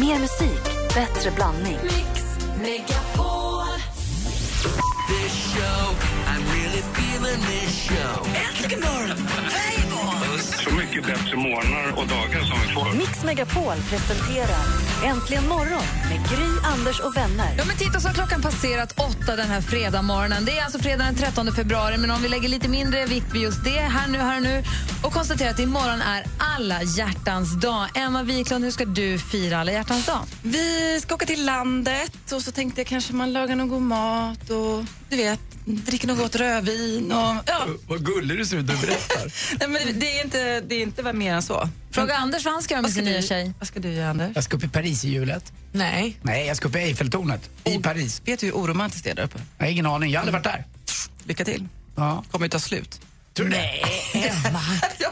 Mer musik, bättre blandning. Mix Megapol. This show, I'm really feeling this show. Äntligen morgon! Hej då! Så mycket bättre morgnar och dagar som vi får. Mix Megapol presenterar Äntligen morgon med Gry, Anders och vänner. Ja, men titta så har klockan passerat åtta den här fredagmorgonen. Det är alltså fredag den 13 februari, men om vi lägger lite mindre vikt vid just det här nu, här och nu och konstaterar att imorgon är alla hjärtans dag. Emma Wiklund, hur ska du fira alla hjärtans dag? Vi ska åka till landet och så tänkte jag kanske man lagar någon god mat och du vet, dricker något gott rödvin och ja. Vad gullig du ser ut när du berättar. Nej, men det är inte, det är inte vad mer än så. Fråga Anders vad han ska göra med sin nya tjej. Vad ska du göra Anders? Jag ska upp i Paris i julet. Nej. Nej, jag ska upp i Eiffeltornet i Paris. Vet du hur oromantiskt det är där uppe? Jag har ingen aning, jag har aldrig varit där. Lycka till. Ja. Kommer ju ta slut. Tror du Nej. Ja.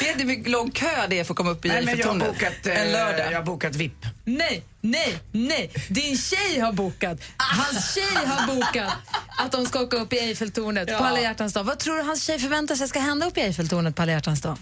Vet du hur lång kö det är för att komma upp i Nej, men jag har Eiffeltornet? bokat, eh, En lördag. jag har bokat VIP. Nej, nej, nej. Din tjej har bokat. Hans tjej har bokat att de ska åka upp i Eiffeltornet på alla hjärtans dag. Vad tror du hans tjej förväntar sig ska hända upp i Eiffeltornet på alla hjärtans dag?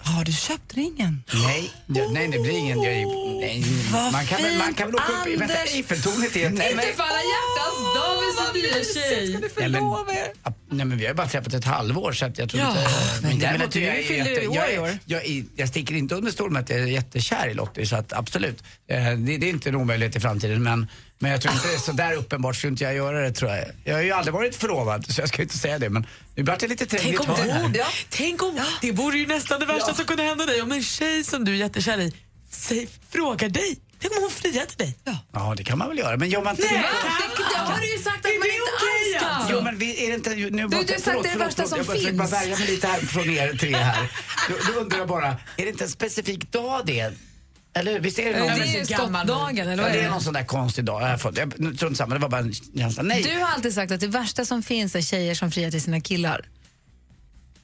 Har du köpt ringen? Nej, ja, nej det blir ingen... Jag, nej. Vad Man, kan väl, man kan väl åka upp i... Vänta, Anders! Eiffeltornet är ett... Nej, men, Inte för alla hjärtans dag med sin nya tjej. nej, men, Förlova er. ah, nej, men vi har ju bara träffat ett halvår så att jag tror Ja, inte... men men däremot, däremot är du jag fyller jätte- ju år jag i är- år. Jag, är- jag sticker inte under stol med att jag är jättekär i Lottie så att absolut. Eh, Det, det är inte en omöjlighet i framtiden men, men jag tror inte det är sådär uppenbart skulle inte jag göra det tror jag. Jag har ju aldrig varit förlovad så jag ska ju inte säga det men nu vart det lite trängigt Tänk om, hörn du, här. ja. Tänk om Det vore ju nästan det värsta som kunde hända dig. Om en tjej som du är jättekär i säg, frågar dig. Tänk om hon friar till dig. Ja det kan man väl göra men gör man inte det? Det, det har du ju sagt att man inte alls ska. Jo men vi, är det inte... Nu, du, du har sagt det värsta som jag bara försöker finns. bara värja mig lite här från er tre här. Då, då undrar jag bara, är det inte en specifik dag det? Eller hur? Visst är det någon... Det är ju skottdagen, eller Ja, vad är det är det? någon sån där konstig dag. Jag, har fått, jag tror inte samma, det var bara en känsla. Nej, Du har alltid sagt att det värsta som finns är tjejer som friar till sina killar.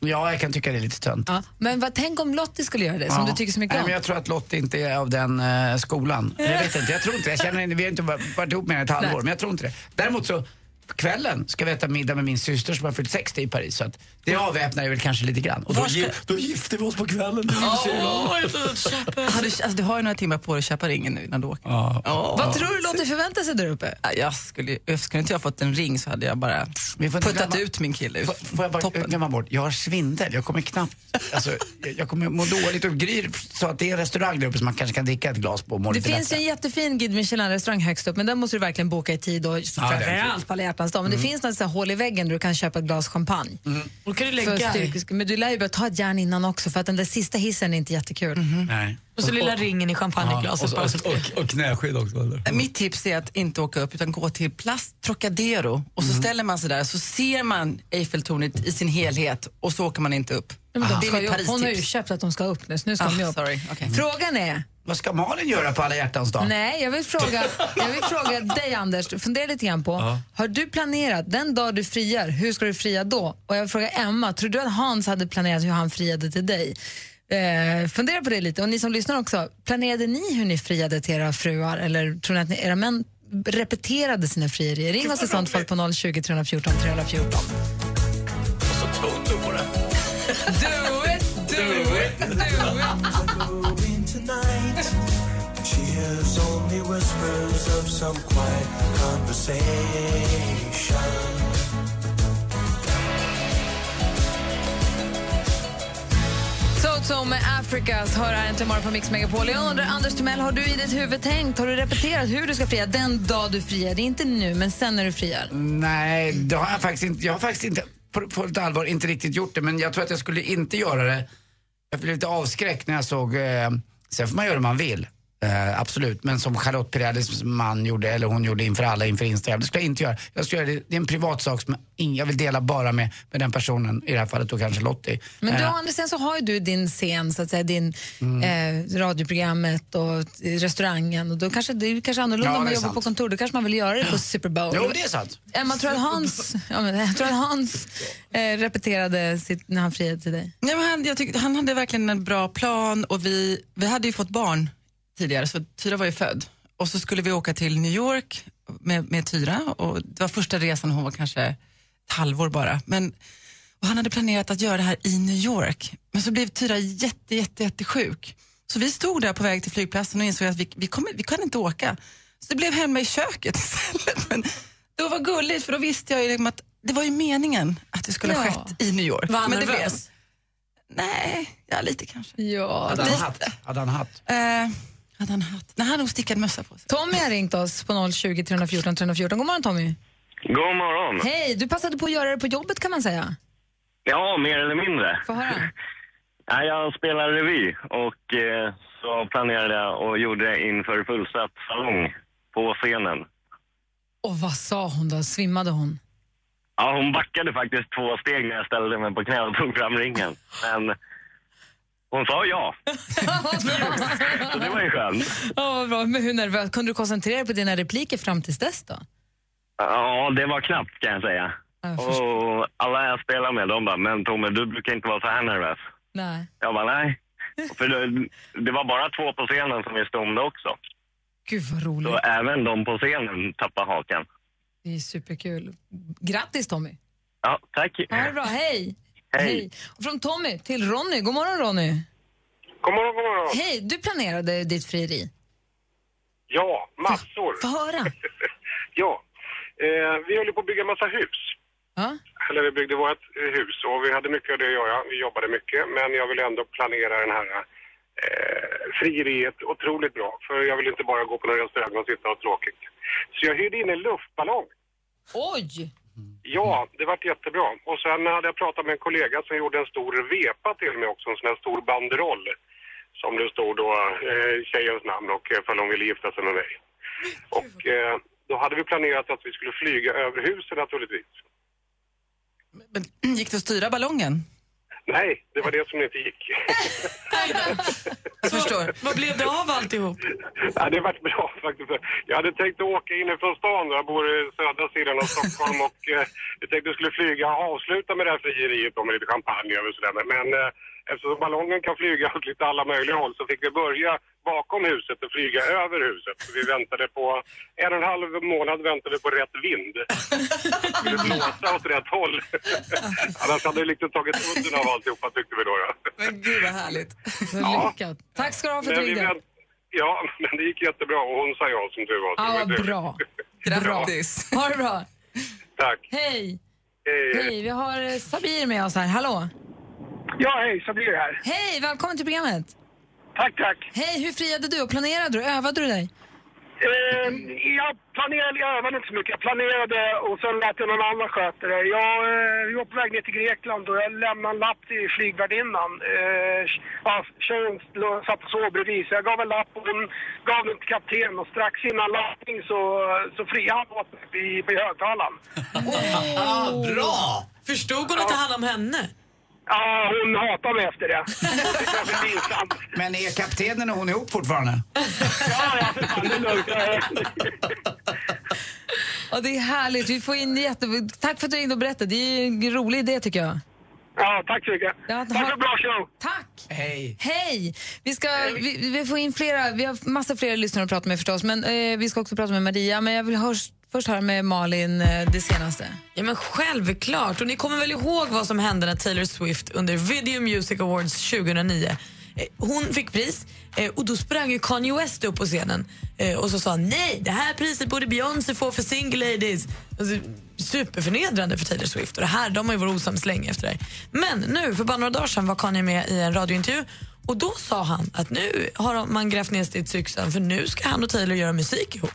ja, jag kan tycka det är lite tönt. Ja. Men vad, tänk om Lottie skulle göra det, som Ja. du tycker så mycket Nej, om. men jag tror att Lottie inte är av den eh, skolan. Jag vet inte, jag tror inte, jag känner inte, vi har inte varit varit ihop mer än ett halvår, men jag tror inte det. Däremot så, på kvällen ska vi äta middag med min syster som har fyllt 60 i Paris, så att det avväpnar ju väl kanske lite grann. Och då, gi- då gifter vi oss på kvällen. Det är mysigt. Har du, alltså, du har ju några timmar på dig att köpa ringen nu innan du åker. Ja. Åh. Vad tror du Lottie förväntar sig där uppe? Ja, Jag skulle, jag skulle inte jag fått en ring så hade jag bara Vi får inte puttat glömma- ut min kille. Får, får jag bara Toppen. glömma bort, jag har svindel, jag kommer knappt, alltså, jag, jag kommer må dåligt. Och Gry sa att det är en restaurang där uppe som man kanske kan dricka ett glas på och må Det lite finns ju lättare. en jättefin Guide Michelin-restaurang högst upp, men den måste du verkligen boka i tid och framförallt på alla hjärtans dag. Men Mm. det finns något sånt här hål i väggen där du kan köpa ett glas champagne. Mm. Då kan du För lägga dig. styrkes- men du lär ju börja ta ett järn innan också, för att den där sista hissen är inte jättekul. Mm-hmm. Nej. Och så lilla ringen i champagneglaset. bara. och, knäskydd också. Eller? Mitt tips är att inte åka upp utan gå till Plast Trocadero och Mm. så ställer man sig där så ser man Eiffeltornet i sin helhet och så åker man inte upp. Men de det är ska ju mitt upp. Hon har ju Paris-tips. köpt att de ska upp nu, så nu ska Ah, de ju upp. sorry, okej. Frågan är, Vad ska Malin göra på alla hjärtans dag? Nej, jag vill fråga, jag vill fråga dig Anders, fundera lite grann på, har du planerat den dag du friar, hur ska du fria då? Och jag vill fråga Emma, tror du att Hans hade planerat hur han friade till dig? Eh, fundera på det lite, och ni som lyssnar också, planerade ni hur ni friade till era fruar eller tror ni att ni, era män repeterade sina frierier? Ring oss i sånt fall på 020 314 314. Do it, do it, do it. Toto med Africas hör här äntligen morgon på Mix Megapol. Jag undrar, Anders Timell, har du i ditt huvud tänkt, har du repeterat hur du ska fria den dag du friar? Det är inte nu, men sen när du friar. Nej, det har jag faktiskt inte. Jag har faktiskt inte på fullt allvar inte riktigt gjort det, men jag tror att jag skulle inte göra det. Jag blev lite avskräckt när jag såg, eh, sen får man göra det man vill. Eh, absolut, men som Charlotte Piredis man gjorde, eller hon gjorde inför alla inför Instagram, det skulle jag inte göra. Jag skulle göra det, det är en privat sak som ing- jag vill dela bara med, med den personen, i det här fallet då kanske Lottie. Men du, Eh, å andra sidan så har ju du din scen, så att säga, din, Mm. eh, radioprogrammet och eh, restaurangen. Och då kanske, det är kanske annorlunda Ja, om det man är jobbar sant. på kontor. Då kanske man vill göra det på Super Bowl. Jo, det är sant. Emma, tror du att Hans, ja, men, jag tror att Hans eh, repeterade sitt, när han friade till dig? Nej, men han, jag tyckte, han hade verkligen en bra plan och vi, vi hade ju fått barn tidigare så Tyra var ju född. Och så skulle vi åka till New York med, med Tyra och det var första resan hon var kanske ett halvår bara. Men, och han hade planerat att göra det här i New York men så blev Tyra jätte, jätte, jättesjuk. Så vi stod där på väg till flygplatsen och insåg att vi, vi, kommer, vi kan inte åka. Så det blev hemma i köket istället. Men det var gulligt för då visste jag ju liksom att det var ju meningen att det skulle ha Ja. skett i New York. Var han Men det nervös? Nej, ja lite kanske. Ja. Hade han hatt? Hade han hatt? Eh, hade han haft? Nej, han hade nog stickad mössa på sig. Tommy har ringt oss på 020 314 314. God morgon Tommy. God morgon. Hej, du passade på att göra det på jobbet kan man säga. Ja, mer eller mindre. Få höra. Nej, Jag spelar revy och eh, så planerade jag och gjorde det inför fullsatt salong på scenen. Och vad sa hon då? Svimmade hon? Ja, hon backade faktiskt två steg när jag ställde mig på knä och tog fram ringen. Men hon sa ja, så det var ju skönt. Ja, vad bra. Men hur nervös? Kunde du koncentrera dig på dina repliker fram tills dess då? Ja, det var knappt kan jag säga. Ja, jag förstår. Och alla jag spelar med, de bara, men Tommy, du brukar inte vara så här nervös. Nej. Jag bara, nej. För det, det var bara två på scenen som visste om det också. Gud vad roligt. Så även de på scenen tappade hakan. Det är superkul. Grattis Tommy. Ja, tack. Ha det bra, hej. Hej. Och från Tommy till Ronny. God morgon Ronny. God morgon, god morgon. Hej, du planerade ditt frieri. Ja, massor. Få höra. Ja. Eh, vi höll ju på att bygga massa hus. Ja. Eller vi byggde vårt eh, hus och vi hade mycket av det att göra. Vi jobbade mycket, men jag ville ändå planera den här eh, frieriet otroligt bra. För jag ville inte bara gå på någon restaurang och sitta och ha tråkigt. Så jag hyrde in en luftballong. Oj! Ja, det vart jättebra. Och sen hade jag pratat med en kollega som gjorde en stor vepa till mig också, en sån här stor banderoll. Som det stod då eh, tjejens namn och eh, ifall hon ville gifta sig med mig. Och eh, då hade vi planerat att vi skulle flyga över husen naturligtvis. Men Mm, gick det att styra ballongen? Nej, det var det som inte gick. Jag förstår. Vad blev det av alltihop? ja, det vart bra faktiskt. Jag hade tänkt att åka inifrån stan, jag bor i södra sidan av Stockholm och eh, jag tänkte att jag skulle flyga och avsluta med det här frieriet då med lite champagne och sådär. Men, Men eh, eftersom ballongen kan flyga åt lite alla möjliga håll så fick vi börja bakom huset och flyga över huset. Så vi väntade på, en och en halv månad väntade vi på rätt vind. Det skulle blåsa åt rätt håll. Annars hade det liksom tagit udden av alltihopa tyckte vi då. då. Men gud vad härligt. Så lyckat. Tack ska du ha för Men vi tryggheten. vänt... Ja, men det gick jättebra och hon sa ja som tur var. så det Ja, var vad tur. bra. Grattis. Ha det bra. Tack. Hej. Eh, Hej, vi har eh, Sabir med oss här. Hallå. Ja, hej, så blir det här. Hej, välkommen till programmet. Tack, tack. Hej, hur friade du och planerade du? Övade du dig? Eh, jag planerade, jag övade inte så mycket. Jag planerade och sen lät jag någon annan sköta det. Jag, eh, vi var på väg ner till Grekland och jag lämnade en lapp till flygvärdinnan. Eh, ja, tjejen lå- satt och sov bredvid så jag gav en lapp och hon gav den till kaptenen och strax innan landning så, så friade han åt mig i- på högtalaren. Bra! Förstod hon att ta hand om henne? Ja, hon hatade mig efter det. Det är kanske pinsamt. Men är kaptenen och hon ihop fortfarande? Ja, ja, för fan, det är lugnt. Ja, det är härligt. Vi får in jätte... Tack för att du ringde och berättade. Det är ju en rolig idé tycker jag. Ja, tack så mycket. Ja, Tack för en bra show. Tack! Hej. Hej! Vi, ska, vi, vi får in flera, vi har massa fler lyssnare att prata med förstås, men eh, vi ska också prata med Maria, men jag vill hörs, först höra med Malin eh, det senaste. Ja, men självklart. Och ni kommer väl ihåg vad som hände när Taylor Swift under Video Music Awards 2009 eh, hon fick pris eh, och då sprang ju Kanye West upp på scenen eh, och så sa han, nej, det här priset borde Beyoncé få för single ladies. Alltså, superförnedrande för Taylor Swift och det här, de har ju varit osams länge efter det här. Men nu, för bara några dagar sedan var Kanye med i en radiointervju och då sa han att nu har de- man grävt ner stridsyxan för nu ska han och Taylor göra musik ihop.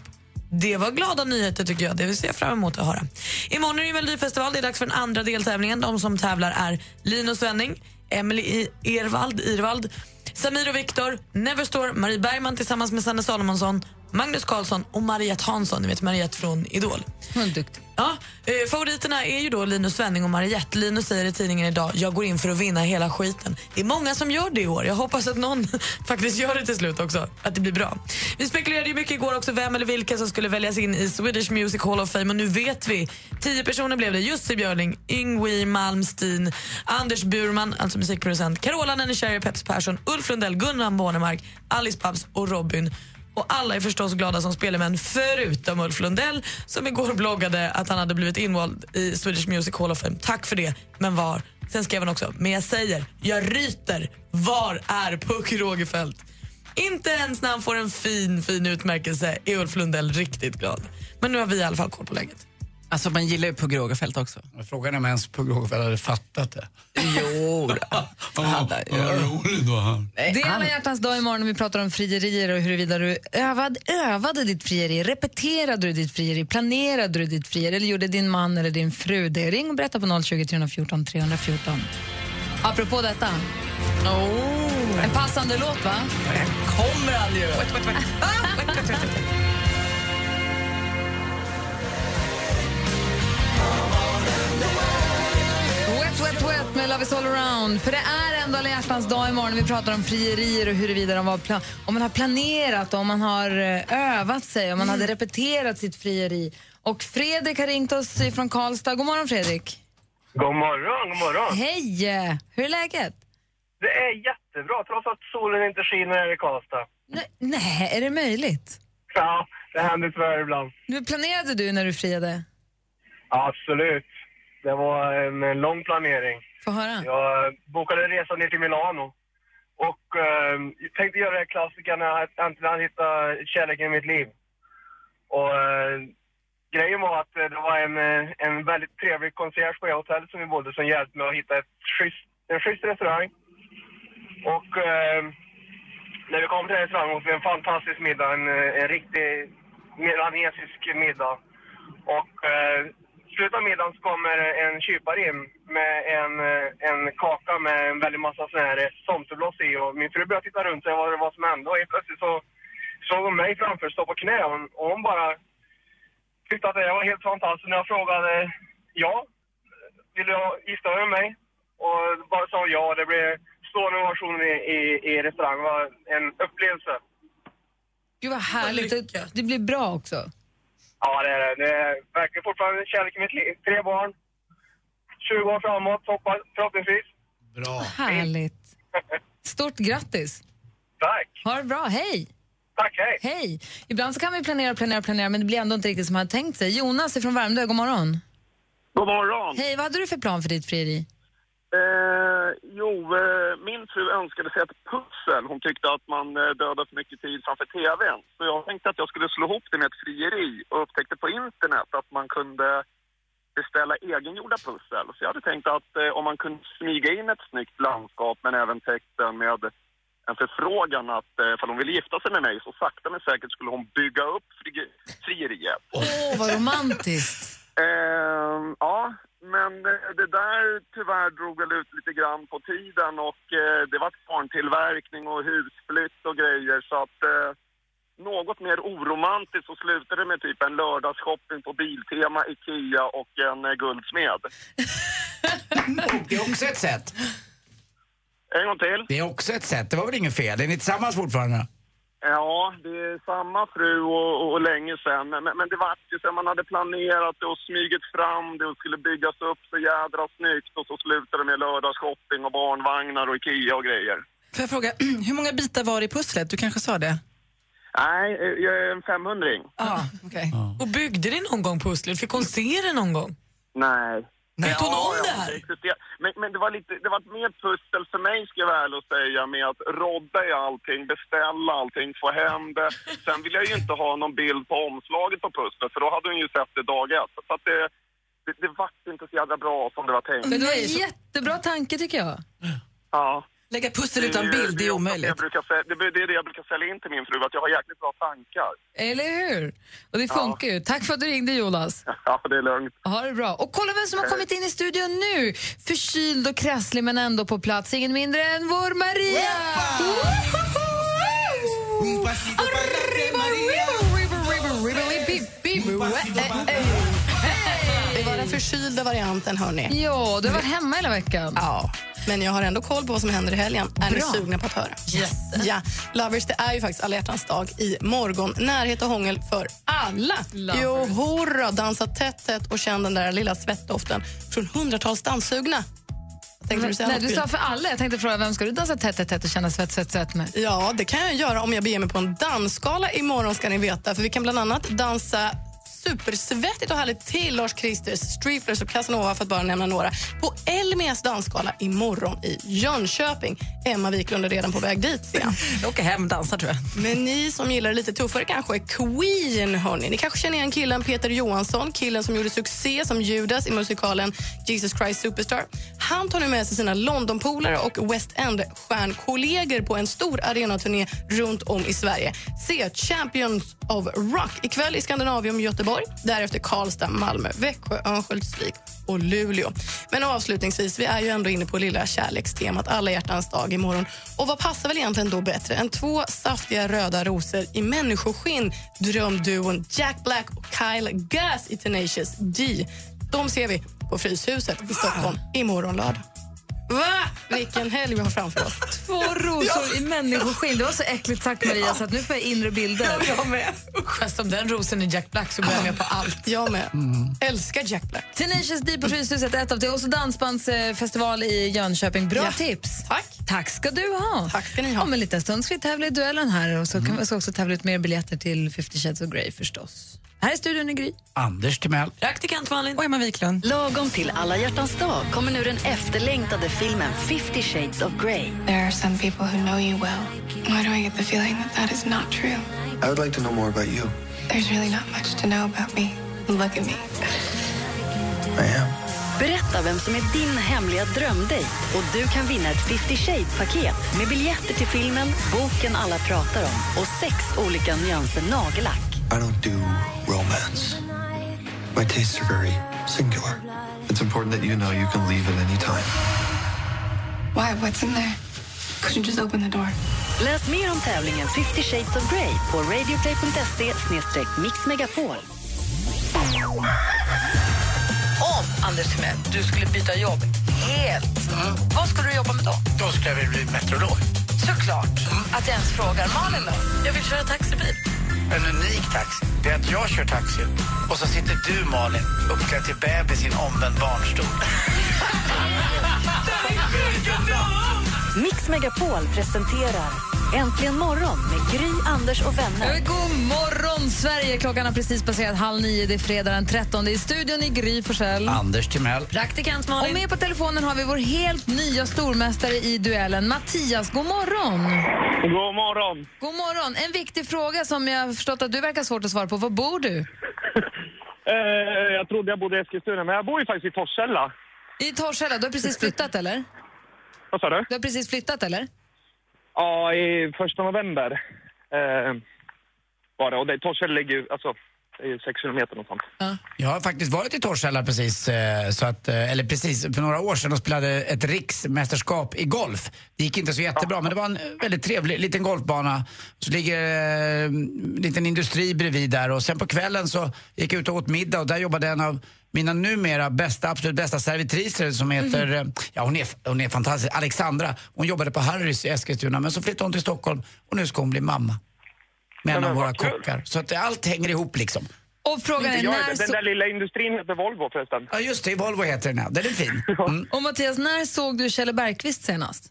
Det var glada nyheter tycker jag. Det ser jag fram emot att höra. Imorgon är det Melodifestival. Det är dags för den andra deltävlingen. De som tävlar är Linus Svenning, Emily I- Ervald, Irvald, Samir och Viktor, Neverstore, Marie Bergman tillsammans med Sanne Salomonsson, Magnus Karlsson och Mariette Hansson, ni vet Mariette från Idol. Hon är duktig. Ja, eh, favoriterna är ju då Linus Svenning och Mariette. Linus säger i tidningen idag jag går in för att vinna hela skiten. Det är många som gör det i år. Jag hoppas att någon faktiskt gör det till slut också. Att det blir bra. Vi spekulerade ju mycket igår också vem eller vilka som skulle väljas in i Swedish Music Hall of Fame och nu vet vi. Tio personer blev det. Jussi Björling, Yngwie Malmsteen, Anders Burman, alltså musikproducent, Carola Nennecherry, Peps Persson, Ulf Lundell, Gunnar Bornemark, Alice Babs och Robin. Och alla är förstås glada som spelmän förutom Ulf Lundell som igår bloggade att han hade blivit invald i Swedish Music Hall of Fame. Tack för det, men var? Sen skrev han också, men jag säger, jag ryter. Var är Puck Rogefeldt? Inte ens när han får en fin, fin utmärkelse är Ulf Lundell riktigt glad. Men nu har vi i alla fall koll på läget. Alltså man gillar ju Pugh Rogefeldt också. Frågan är om ens Pugh Rogefeldt hade fattat det. Jo, Vad rolig du var. Det är alla hjärtans dag imorgon och vi pratar om frierier och huruvida du övad, övade ditt frieri, repeterade du ditt frieri, planerade du ditt frieri eller gjorde din man eller din fru det? Ring och berätta på 020 314 314. Apropå detta, en passande låt va? kommer han ju. Wet, wet, wet med Love is all around. För det är ändå alla hjärtans dag imorgon. Vi pratar om frierier och huruvida de var pla- om man har planerat, om man har eh, övat sig, om man hade repeterat sitt frieri. Och Fredrik har ringt oss från Karlstad. God morgon Fredrik. God morgon, god morgon. Hej! Hur är läget? Det är jättebra trots att solen inte skiner här i Karlstad. Nej, nej, är det möjligt? Ja, det händer tyvärr ibland. Nu planerade du när du friade? Absolut. Det var en eh, lång planering. Få höra. Jag eh, bokade en resa ner till Milano. Och eh, jag tänkte göra det klassiska när jag äntligen hittade kärleken i mitt liv. Och eh, grejen var att eh, det var en, eh, en väldigt trevlig concierge på det hotellet som vi bodde som hjälpte mig att hitta ett schysst, en schysst restaurang. Och eh, när vi kom till restaurangen åt vi en fantastisk middag, en, eh, en riktig milanesisk middag. Och eh, slutet av middagen så kommer en kypare in med en, eh, en kaka med en väldig massa sån här tomteblås i. Och min fru började titta runt sig vad det var som hände och helt plötsligt så såg hon mig framför stå på knä och hon, och hon bara tyckte att det var helt fantastiskt. När jag frågade ja, vill du ha- gifta dig med mig? Och bara sa ja. Det blev stående ovationer i, i, i restaurangen. Det var en upplevelse. Gud vad härligt. Det, det blir bra också. Ja, det är det. Det är verkligen fortfarande kärlek i mitt liv. Tre barn. 20 år framåt, hoppas, förhoppningsvis. Bra. Härligt. Stort grattis. Tack. Ha det bra. Hej! Tack, hej. Hej! Ibland så kan vi planera, planera, planera men det blir ändå inte riktigt som man hade tänkt sig. Jonas är från Värmdö, god morgon. God morgon! Hej, vad hade du för plan för ditt frieri? Eh, jo, eh, min fru önskade sig ett pussel. Hon tyckte att man eh, dödade för mycket tid framför TVn. Så jag tänkte att jag skulle slå ihop det med ett frieri och upptäckte på internet att man kunde beställa egengjorda pussel. Så jag hade tänkt att eh, om man kunde smyga in ett snyggt landskap men även texten med en förfrågan att eh, ifall hon ville gifta sig med mig så sakta men säkert skulle hon bygga upp fri- frieriet. Åh, vad romantiskt. Ehm, ja, men eh, det där tyvärr drog väl ut lite grann på tiden och eh, det var barntillverkning och husflytt och grejer så att eh, något mer oromantiskt så slutade det med typ en lördagsshopping på Biltema, Ikea och en eh, guldsmed. Det är också ett sätt. En gång till. Det är också ett sätt. Det var väl inget fel? Är ni tillsammans fortfarande? Ja, det är samma fru och, och, och länge sen. Men, men det var ju så man hade planerat det och smugit fram det och skulle byggas upp så jädra snyggt och så slutade det med lördagsshopping och barnvagnar och Ikea och grejer. Får jag fråga, hur många bitar var i pusslet? Du kanske sa det? Nej, eh, jag är en 500-ring. Ah, Ja, okej. Och byggde ni någon gång pusslet? Fick hon se det någon gång? Nej. Vet hon om det Ja, här? existerar. Men, men det var lite, det var mer pussel för mig ska jag väl och säga med att rodda i allting, beställa allting, få hem det. Sen vill jag ju inte ha någon bild på omslaget på pusslet för då hade hon ju sett det dag ett. Så att det, det, det vart inte så jävla bra som det var tänkt. Men det var Nej, en så- jättebra tanke tycker jag. Ja. Lägga pussel är utan ju- bild, det är ju ofta omöjligt. Jag brukar, sä- det, det är det jag brukar sälja in till min fru, att jag har jäkligt bra tankar. Eller hur? Och det funkar ju. Tack för att du ringde Jonas. Ja, det är lugnt. Ha det bra. Och kolla vem som har kommit in i studion nu. Förkyld och krasslig men ändå på plats. Ingen mindre än vår Maria! Woho! Arriba, arriba, arriba, arriba, arriba, bip, bip, eh, eh, eh. Det var den förkylda varianten, hörni. Ja, du har varit hemma hela veckan. Ja, men jag har ändå koll på vad som händer i helgen. Är Bra. ni sugna på att höra? Ja, Lovers, det är ju faktiskt alla hjärtans dag i morgon. Närhet och hångel för alla. Lovers. Jo, hurra, dansa tätt, tätt och känn den där lilla svettdoften från hundratals danssugna. Vad Tänkte du säga Nej, något, du Gry? sa för alla. Jag tänkte fråga vem ska du dansa tätt, tätt, tätt och känna svett, svett, svett med? Ja, det kan jag göra om jag beger mig på en dansgala imorgon ska ni veta. För vi kan bland annat dansa supersvettigt och härligt till Lars Christers, Striplers och Casanova för att bara nämna några på Elmias dansgala imorgon i Jönköping. Emma Wiklund är redan på väg dit. ser jag. Jag åker hem och dansar tror jag. Men ni som gillar det lite tuffare kanske, Queen hörni. Ni kanske känner igen killen Peter Johansson, killen som gjorde succé som Judas i musikalen Jesus Christ Superstar. Han tar nu med sig sina Londonpolare och West End-stjärnkollegor på en stor arenaturné runt om i Sverige. Se Champions of Rock ikväll i Skandinavium, Göteborg, därefter Karlstad, Malmö, Växjö, Örnsköldsvik och Luleå. Men avslutningsvis, vi är ju ändå inne på lilla kärlekstemat alla hjärtans dag imorgon. Och vad passar väl egentligen då bättre än två saftiga röda rosor i människoskinn drömduon Jack Black och Kyle Gass i Tenacious D. De ser vi på Fryshuset i Stockholm imorgon lördag. Va? Vilken helg vi har framför oss. Två rosor i människoskinn. Det var så äckligt sagt Maria, så att nu får jag inre bilder. Jag med. Fast om den rosen är Jack Black så går jag med på allt. Jag med. Älskar Jack Black. Mm. Tenacious D på Fryshuset, ett av det. Och så dansbandsfestival i Jönköping. Bra Ja. tips. Tack. Tack ska du ha. Tack ska ni ha. Mm. Om en liten stund ska vi tävla i duellen här och så kan vi också tävla ut mer biljetter till 50 Shades of Grey förstås. Här är studion i Gry. Anders Timell. Praktikant Malin. Och Emma Wiklund. Lagom till alla hjärtans dag kommer nu den efterlängtade filmen 50 shades of Grey. There are some people who know you well. Why do I get the feeling that that is not true? I would like to know more about you. There's really not much to know about me. Look at me. I am. Berätta vem som är din hemliga drömdejt och du kan vinna ett 50 shades-paket med biljetter till filmen, boken alla pratar om och sex olika nyanser nagellack. I don't do romance. My tastes are very singular. It's important that you know you can leave at any time. Why? What's in there? Could you just open the door? Läs mer om tävlingen 50 shades of Grey på radioplay.se mixmegapol. Om, Anders Timell, du skulle byta jobb helt, vad skulle du jobba med då? Då skulle jag vilja bli meteorolog. Såklart att jag ens frågar. Malin då? Jag vill köra taxibil. En unik taxi, det är att jag kör taxi och så sitter du, Malin, uppklädd till bebis i en omvänd barnstol. Mix Megapol presenterar Äntligen morgon med Gry, Anders och Ja, vänner. men God morgon, Sverige! Klockan har precis passerat halv nio. Det är fredag den 13. I studion i Gry Forssell. Anders Timell. Praktikant Och Malin. med på telefonen har vi vår helt nya stormästare i duellen, Mattias. God morgon! God morgon. God morgon! En viktig fråga som jag har förstått att du verkar svårt att svara på. Var bor du? Eh, jag trodde jag bodde i Eskilstuna, men jag bor ju faktiskt i Torshälla. I Torshälla. Du har precis flyttat, eller? Vad sa du? Du har precis flyttat, eller? Ja, i första november eh, var det. Och det, Torshälla ligger ju, alltså, det är ju 600 meter någonstans. Jag har faktiskt varit i Torshälla precis, eh, så att, eh, eller precis för några år sedan och spelade ett riksmästerskap i golf. Det gick inte så jättebra, men det var en eh, väldigt trevlig liten golfbana. Så ligger eh, en liten industri bredvid där och sen på kvällen så gick jag ut och åt middag och där jobbade en av mina numera bästa, absolut bästa servitriser som heter, Mhm. eh, ja hon är, hon är fantastisk, Alexandra. Hon jobbade på Harrys i Eskilstuna men så flyttade hon till Stockholm och nu ska hon bli mamma. Med en men av våra vad kul. kockar. Så att allt hänger ihop liksom. Och frågan är Jag, när... den Så... där lilla industrin heter Volvo förresten. Ja just det, Volvo heter den ja. Den är fin. Mm. Och Mattias, när såg du Kjell Bergqvist senast?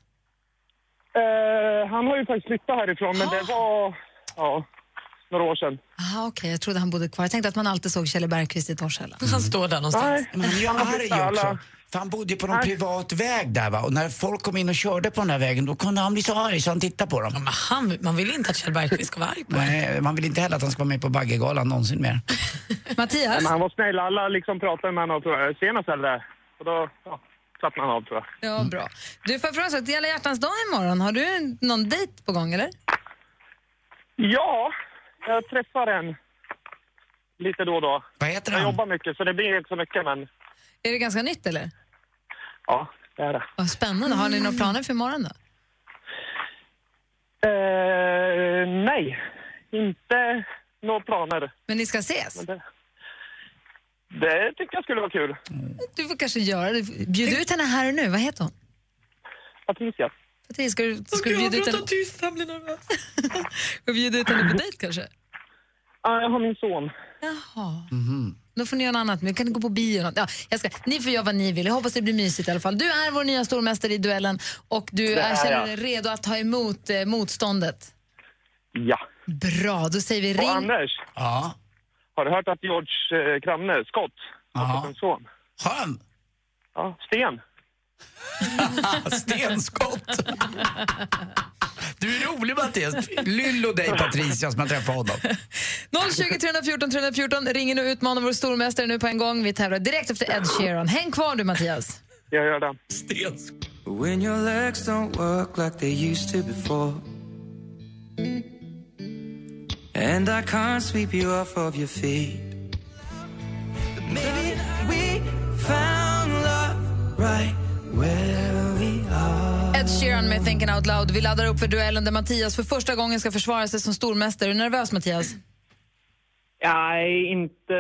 Eh, han har ju faktiskt flyttat härifrån, men det Ah. var ja, några år sedan. Aha, okej. Jag trodde han bodde kvar. Jag tänkte att man alltid såg Kjell Bergqvist i Torshälla. Han står där någonstans. Nej, Men han är ju har arg flyttat också. alla- För han bodde ju på någon privat väg där va. Och när folk kom in och körde på den här vägen då kunde han bli så arg så han tittade på dem. Men han, man vill inte att Kjell Bergqvist ska vara arg på en. Nej, man vill inte heller att han ska vara med på Baggegalan någonsin mer. Mattias? Eh, Men han var snäll. Alla liksom pratade med honom tror jag, senast eller? Och då ja, slappnade han av tror jag. Ja, bra. Du, får jag fråga en sak? Det är alla hjärtans dag imorgon. Har du en- någon dejt på gång, eller? Ja, jag träffar en lite då och då. Vad heter Jag han? jobbar mycket så det blir inte så mycket men Är det ganska nytt, eller? ja, det är det. Vad spännande. Har ni några planer för imorgon då? Eh, nej, inte några planer. Men ni ska ses? Men det, det tycker jag skulle vara kul. Du får kanske göra det. Bjud ut henne här och nu. Vad heter hon? Patricia. Patricia, ska du, ska du bjuda ut henne? tyst, han blir nervös. Ska vi bjuda ut henne på dejt kanske? Ja, jag har min son. Jaha. Då får ni göra något annat. Nu kan ni gå på bio. eller något. Ja, jag ska. Ni får göra vad ni vill. Jag hoppas det blir mysigt i alla fall. Du är vår nya stormästare i duellen och du Det är är, känner jag. dig redo att ta emot eh, motståndet. Ja. Bra, då säger vi Och ring. Anders, Ja. Har du hört att George eh, Kramner, Scott, har fått en son? Har han? Ja, Sten. Stenskott! Du är rolig Mattias. Lyllo dig Patricia som har träffat honom. 020 314 314. Ringer nu och utmanar vår stormästare nu på en gång. Vi tävlar direkt efter Ed Sheeran. Häng kvar du Mattias. Jag gör det. Stenskott. When your legs don't work like they used to before. And I can't sweep you off of your feet. But maybe we found love right where we are. Ed Sheeran med Thinking Out Loud. Vi laddar upp för duellen där Mattias för första gången ska försvara sig som stormästare. Är du nervös Mattias? Nej, inte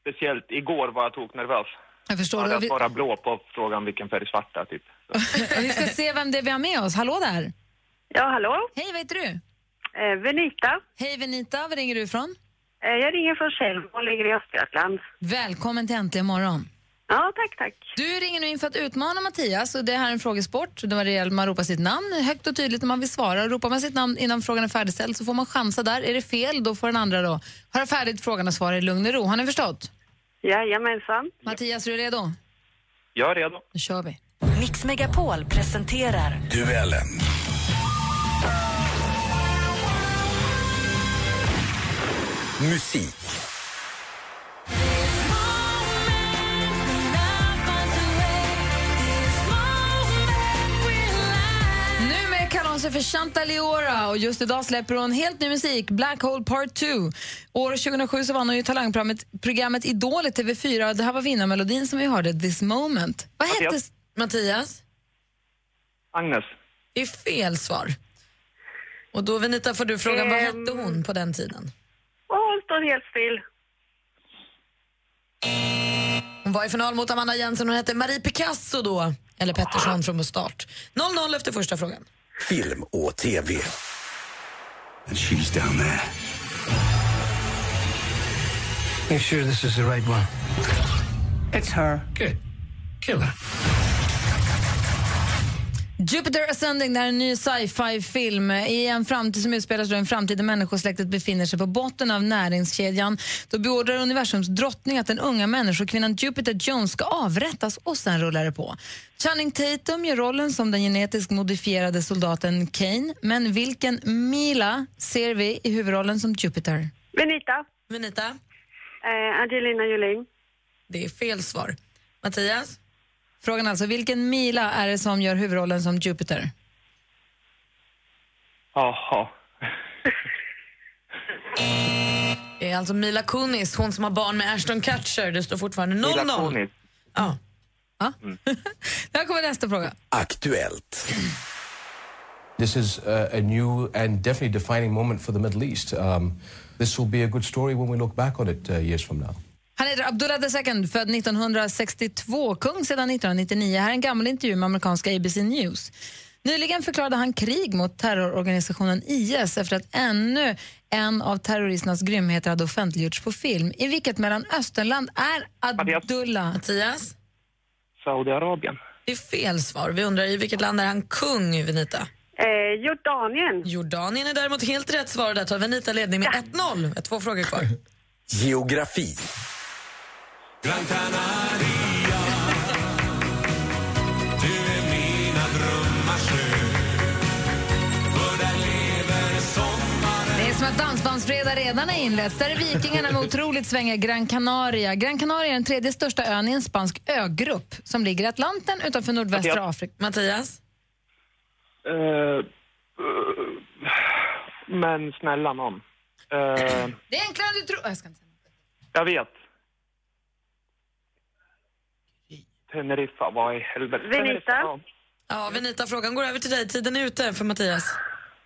speciellt. Igår var jag toknervös. Jag förstår. Jag hade det. Vi, bara blå på frågan vilken färg svart är, typ. vi ska se vem det är vi har med oss. Hallå där! Ja, hallå? Eh, Hej, vad heter du? Venita. Hej Venita, var ringer du ifrån? Eh, jag ringer från Tjällmo och ligger i Östergötland. Välkommen till Äntligen morgon. Ja, tack, tack. Du ringer nu in för att utmana Mattias och det här är en frågesport. Det var det man ropar sitt namn högt och tydligt när man vill svara. Ropar man sitt namn innan frågan är färdigställd så får man chansa där. Är det fel, då får den andra då höra färdigt frågan och svara i lugn och ro. Har ni förstått? Jajamensan. Mattias, är du redo? Jag är redo. Nu kör vi. Mix Megapol presenterar Duellen. Musik. Nu med kallar hon sig för Chantal Leora och just idag släpper hon helt ny musik, Black Hole Part 2. År 2007 så vann hon ju talangprogrammet programmet Idol i TV4 och det här var vinnarmelodin som vi hörde, This Moment. Vad hette Mattias. s- Mattias? Agnes. Det är fel svar. Och då Venita får du fråga, vad hette hon på den tiden? Och Ehm. hon står helt still. Hon var i final mot Amanda Jensen och hette Marie Picasso då, eller Pettersson från start. 0-0 efter första frågan. Film och TV. And she's down there. Make sure this is the right one. It's her. Good. Kill her. Jupiter Ascending, det här är en ny sci-fi-film i en framtid som utspelar sig då en framtid där människosläktet befinner sig på botten av näringskedjan. Då beordrar universums drottning att den unga människokvinnan Jupiter Jones ska avrättas och sen rullar det på. Channing Tatum gör rollen som den genetiskt modifierade soldaten Kane, men vilken Mila ser vi i huvudrollen som Jupiter? Venita. Venita. Eh, Angelina Joling. Det är fel svar. Mattias? Frågan är alltså, vilken Mila är det som gör huvudrollen som Jupiter? Jaha. Det är alltså Mila Kunis, hon som har barn med Ashton Kutcher. Det står fortfarande 0-0. Ja. Ja. Där kommer nästa fråga. Aktuellt. This is uh, a new and definitely defining moment for the Middle East. Um, this will be a good story when we look back on it uh, years from now. Han heter Abdullah II, född 1962, kung sedan 1999. Här är en gammal intervju med amerikanska ABC News. Nyligen förklarade han krig mot terrororganisationen IS efter att ännu en av terroristernas grymheter hade offentliggjorts på film. I vilket Mellanösternland är Abdullah? Mattias? Saudiarabien. Det är fel svar. Vi undrar i vilket land är han kung, Venita? Eh, Jordanien. Jordanien är däremot helt rätt svar. Där tar Venita ledning med 1-0. Vi har Två frågor kvar. Geografi. Det är som att Dansbandsfredag redan är inlett. Där är vikingarna med otroligt svänga Gran Canaria. Gran Canaria är den tredje största ön i en spansk ögrupp som ligger i Atlanten utanför nordvästra Mattias. Afrika. Mattias? Eh, eh, men snälla nån. Eh, Det är enklare än du tror. Äh, Jag ska inte säga. jag vet. Teneriffa, vad i helvete? Venita. Teneriffa, ja. Ja, Venita, frågan går över till dig. Tiden är ute för Mattias.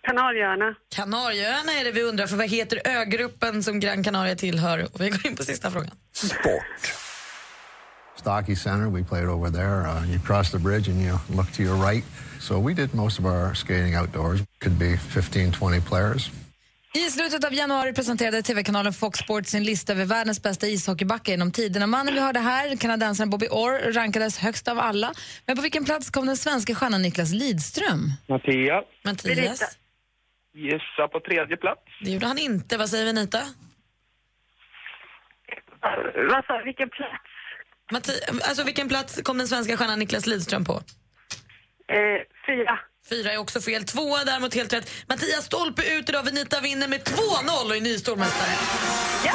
Kanarieöarna. Kanarieöarna är det vi undrar för. Vad heter ögruppen som Gran Canaria tillhör? Och vi går in på sista frågan. Stocky Center, we played over there. Uh, you cross the bridge and you look to your right. So we did most of our skating outdoors. Could be 15, 20 players. I slutet av januari presenterade tv-kanalen Fox Sports sin lista över världens bästa ishockeybackar genom tiderna. Mannen vi hörde här, kanadensaren Bobby Orr, rankades högst av alla. Men på vilken plats kom den svenska stjärnan Niklas Lidström? Mattias. Mattias? Gissa på tredje plats. Det gjorde han inte. Vad säger Venita? Vad sa vilken plats? Matti, alltså vilken plats kom den svenska stjärnan Niklas Lidström på? Eh, fyra. Fyra är också fel. Tvåa däremot helt rätt. Mattias Stolpe ut idag. Vinita vinner med 2-0 och är ny stormästare. Ja!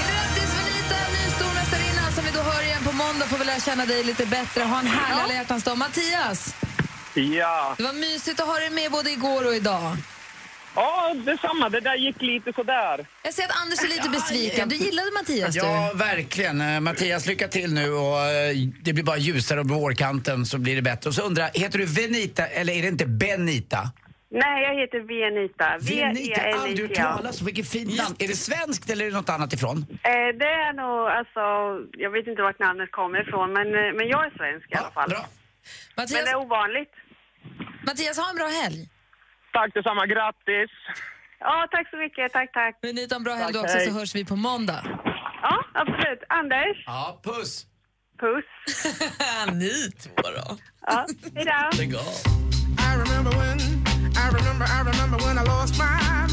Grattis Venita, ny stormästarinna som vi då hör igen på måndag. Får vi lära känna dig lite bättre. Ha en härlig alla hjärtans dag. Mattias, Ja. det var mysigt att ha dig med både igår och idag. Ja, detsamma. Det där gick lite sådär. Jag ser att Anders är lite besviken. Du gillade Mattias du. Ja, verkligen. Eh, Mattias, lycka till nu. Och eh, det blir bara ljusare och på vårkanten så blir det bättre. Och så undrar jag, heter du Venita eller är det inte Benita? Nej, jag heter Venita. E Venita, aldrig hört V-E-N-I-T-A. talas om. Vilket fint namn. Är det svenskt eller är det något annat ifrån? Eh, det är nog, alltså, jag vet inte vart namnet kommer ifrån, men, eh, men jag är svensk i alla fall. Mattias, Men det är ovanligt. Mattias, ha en bra helg. Tack detsamma. Grattis! Ja, tack så mycket. Tack, tack. Men ni tar en bra helg då också så hörs vi på måndag. Ja, absolut. Anders? Ja, puss! Puss. ni två då. Ja, hejdå. I remember when, I remember, I remember when I lost my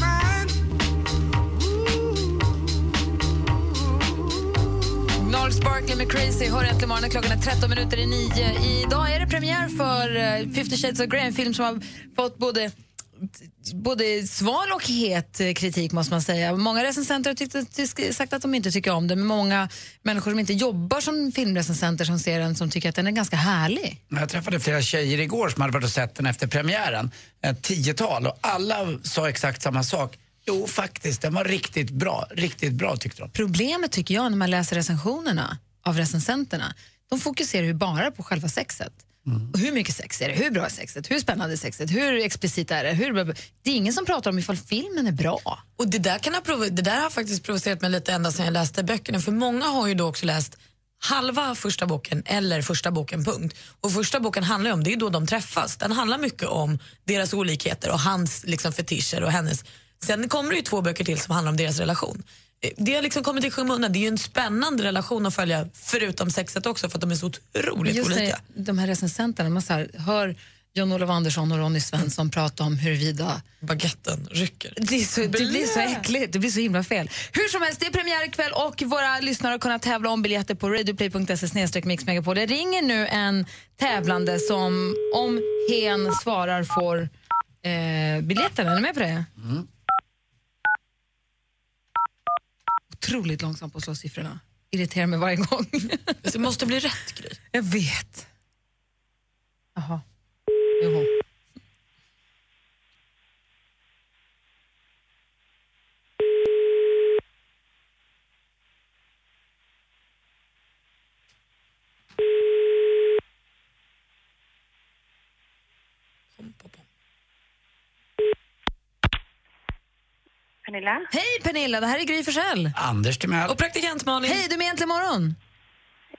mind. 0 Sparkling med Crazy hör äntligen morgonen. Klockan är 13 minuter i nio. Idag är det premiär för eh, 50 shades of Grey, en film som har fått både Både sval och het eh, kritik måste man säga. Många recensenter har tyckt, tyck- sagt att de inte tycker om den, men många människor som inte jobbar som filmrecensenter som ser den som tycker att den är ganska härlig. Jag träffade flera tjejer igår som hade varit och sett den efter premiären. Ett tiotal och alla sa exakt samma sak. Jo, faktiskt, den var riktigt bra. Riktigt bra tyckte de. Problemet tycker jag när man läser recensionerna av recensenterna, de fokuserar ju bara på själva sexet. Och hur mycket sex är det? Hur bra är sexet? Hur spännande är sexet? Hur explicit är det? Hur... Det är ingen som pratar om ifall filmen är bra. Och det där, kan ha prov- det där har faktiskt provocerat mig lite ända sedan jag läste böckerna. För många har ju då också läst halva första boken eller första boken punkt. Och första boken handlar ju om, det är ju då de träffas. Den handlar mycket om deras olikheter och hans liksom, fetischer och hennes. Sen kommer det ju två böcker till som handlar om deras relation. Eh, Det har liksom kommit i skymundan. Det är ju en spännande relation att följa, förutom sexet också, för att de är så otroligt Just olika. när de här recensenterna, man så här, hör John-Olof Andersson och Ronny Svensson prata om huruvida baguetten rycker. Det, är så, det blir så äckligt, det blir så himla fel. Hur som helst, det är premiär ikväll och våra lyssnare har kunnat tävla om biljetter på radioplay.se mixmegapol. Det ringer nu en tävlande som om hen svarar får eh, biljetten. Är ni med på det? Mm. Otroligt långsam på att slå siffrorna. Irriterar mig varje gång. Det måste bli rätt grej. Jag vet. Jaha. Jo. Pernilla? Hej Pernilla, det här är Gry Forssell. Anders till mig. Och praktikant Malin. Hej, du är med Äntligen morgon.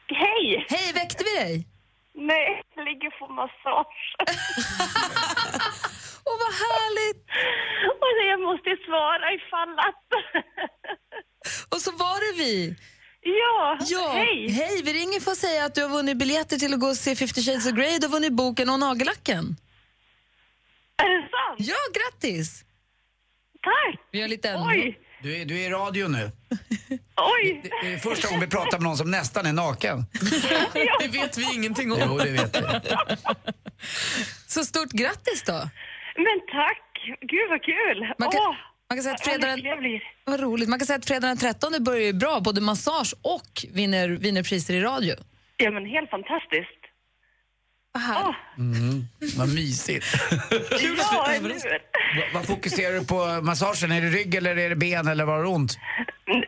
Hej! Hej, väckte vi dig? Nej, jag ligger på massage. Åh, vad härligt! Och Alltså, jag måste svara ifall att... Och så var det vi. Ja, ja, hej. Hej, vi ringer för att säga att du har vunnit biljetter till att gå och se 50 shades of Grey, du har vunnit boken och nagellacken. Är det sant? Ja, grattis! Tack! Vi gör lite ändå. Oj. Du är, du är i radio nu. Oj! Det, det är första gången vi pratar med någon som nästan är naken. Det vet vi ingenting om. Jo, det vet vi. Så stort grattis då! Men tack! Gud vad kul! Man kan- Åh, man kan säga att vad fredagen- lycklig jag blir. Vad roligt. Man kan säga att fredag den 13 börjar ju bra, både massage och vinner, vinner priser i radio. Ja men helt fantastiskt. Vad härligt. Mm. Vad mysigt. Ja, eller hur? Vad- Vad fokuserar du på massagen? Är det rygg eller är det ben eller var det ont?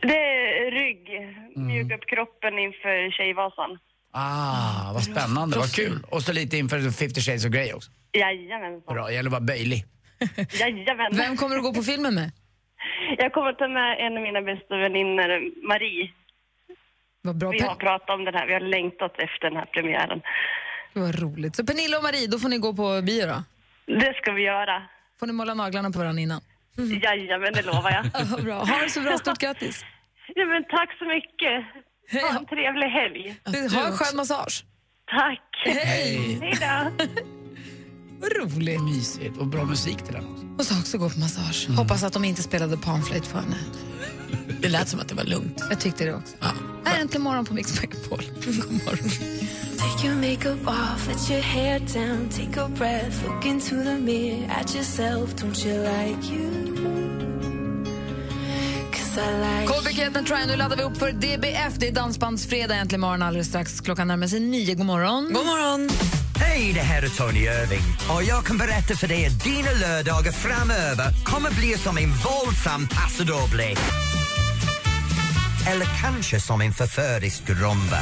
Det är rygg. Mm. Mjuka upp kroppen inför Tjejvasan. Ah, Mm. vad spännande, vad kul. Och så lite inför 50 shades of Grey också. Jajamensan. Bra, gäller att vara böjlig. Jajamän. Vem kommer du gå på filmen med? Jag kommer att ta med en av mina bästa vänner, Marie. Vad bra. Vi har pratat om den här, vi har längtat efter den här premiären. Gud, Vad roligt. Så Pernilla och Marie, då får ni gå på bio då? Det ska vi göra. Mm. Får ni måla naglarna på varandra innan? Jajamän, det lovar jag. Ja, bra. Ha det så bra, stort grattis. Ja, men tack så mycket. Ha en trevlig helg. Du, ha en skön massage. Tack. Hej. Hej då. Vad roligt. Mysigt och bra musik till den också. Hon sa också gå på massage. Hoppas att de inte spelade panflöjt för henne. Mm. Det lät som att det var lugnt. Jag tyckte det också. Här är Äntligen morgon på Mix Megapol. God morgon. Take your makeup off, let your hair down, take a breath, look into the mirror at yourself. Don't you like you? 'Cause I like Coldbreak-hjälten Try, nu laddar vi upp för DBF. Det är Dansbandsfredag äntligen morgon alldeles strax. Klockan närmar sig nio. God morgon. God morgon. Hej, det här är Tony Irving och jag kan berätta för dig att dina lördagar framöver kommer bli som en våldsam pasodoble. Eller kanske som en förförisk rumba.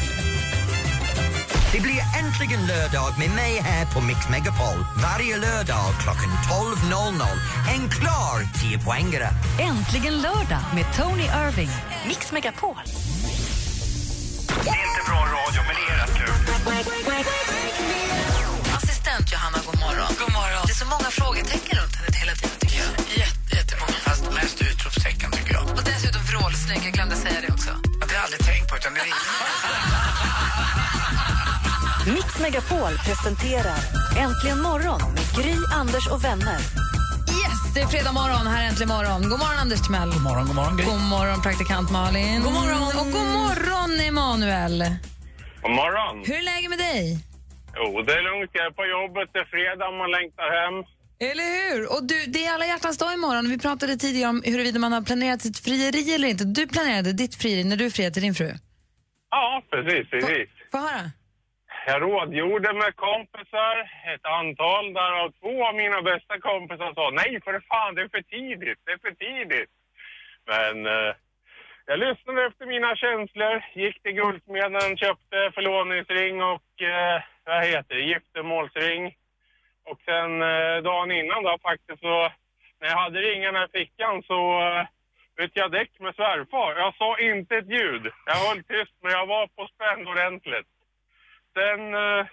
Det blir äntligen lördag med mig här på Mix Megapol. Varje lördag klockan 12.00. En klar 10-poängare. Äntligen lördag med Tony Irving. Mix Megapol. Det är inte bra radio, men det är rätt kul. Assistent Johanna, god morgon. God morgon. Det är så många frågetecken runt henne hela tiden, tycker jag. Jätte, jättemånga. Fast mest utropstecken tycker jag. Och dessutom vrålsnygg, jag glömde säga det också. Det har jag aldrig tänkt på utan det är Mix Megapol presenterar Äntligen morgon med Gry, Anders och vänner. Yes, det är fredag morgon. Här är Äntligen morgon. God morgon, Anders Timell. God morgon, god morgon, Gry. God morgon, praktikant Malin. God morgon. Och god morgon, Emanuel. God morgon. Hur är läget med dig? Jo, det är lugnt. Jag är på jobbet. Det är fredag. Man längtar hem. Eller hur? Och du, det är alla hjärtans dag imorgon. Vi pratade tidigare om huruvida man har planerat sitt frieri eller inte. Du planerade ditt frieri när du friade till din fru. Ja, precis. precis. Få höra. Jag rådgjorde med kompisar, ett antal, därav två av mina bästa kompisar sa nej för fan, det är för tidigt, det är för tidigt. Men eh, jag lyssnade efter mina känslor, gick till Guldsmeden, köpte förlovningsring och eh, vad heter det, giftermålsring. Och sen eh, dagen innan då faktiskt så, när jag hade ringarna i fickan så eh, bytte jag däck med svärfar. Jag sa inte ett ljud. Jag höll tyst men jag var på spänn ordentligt. Sen eh,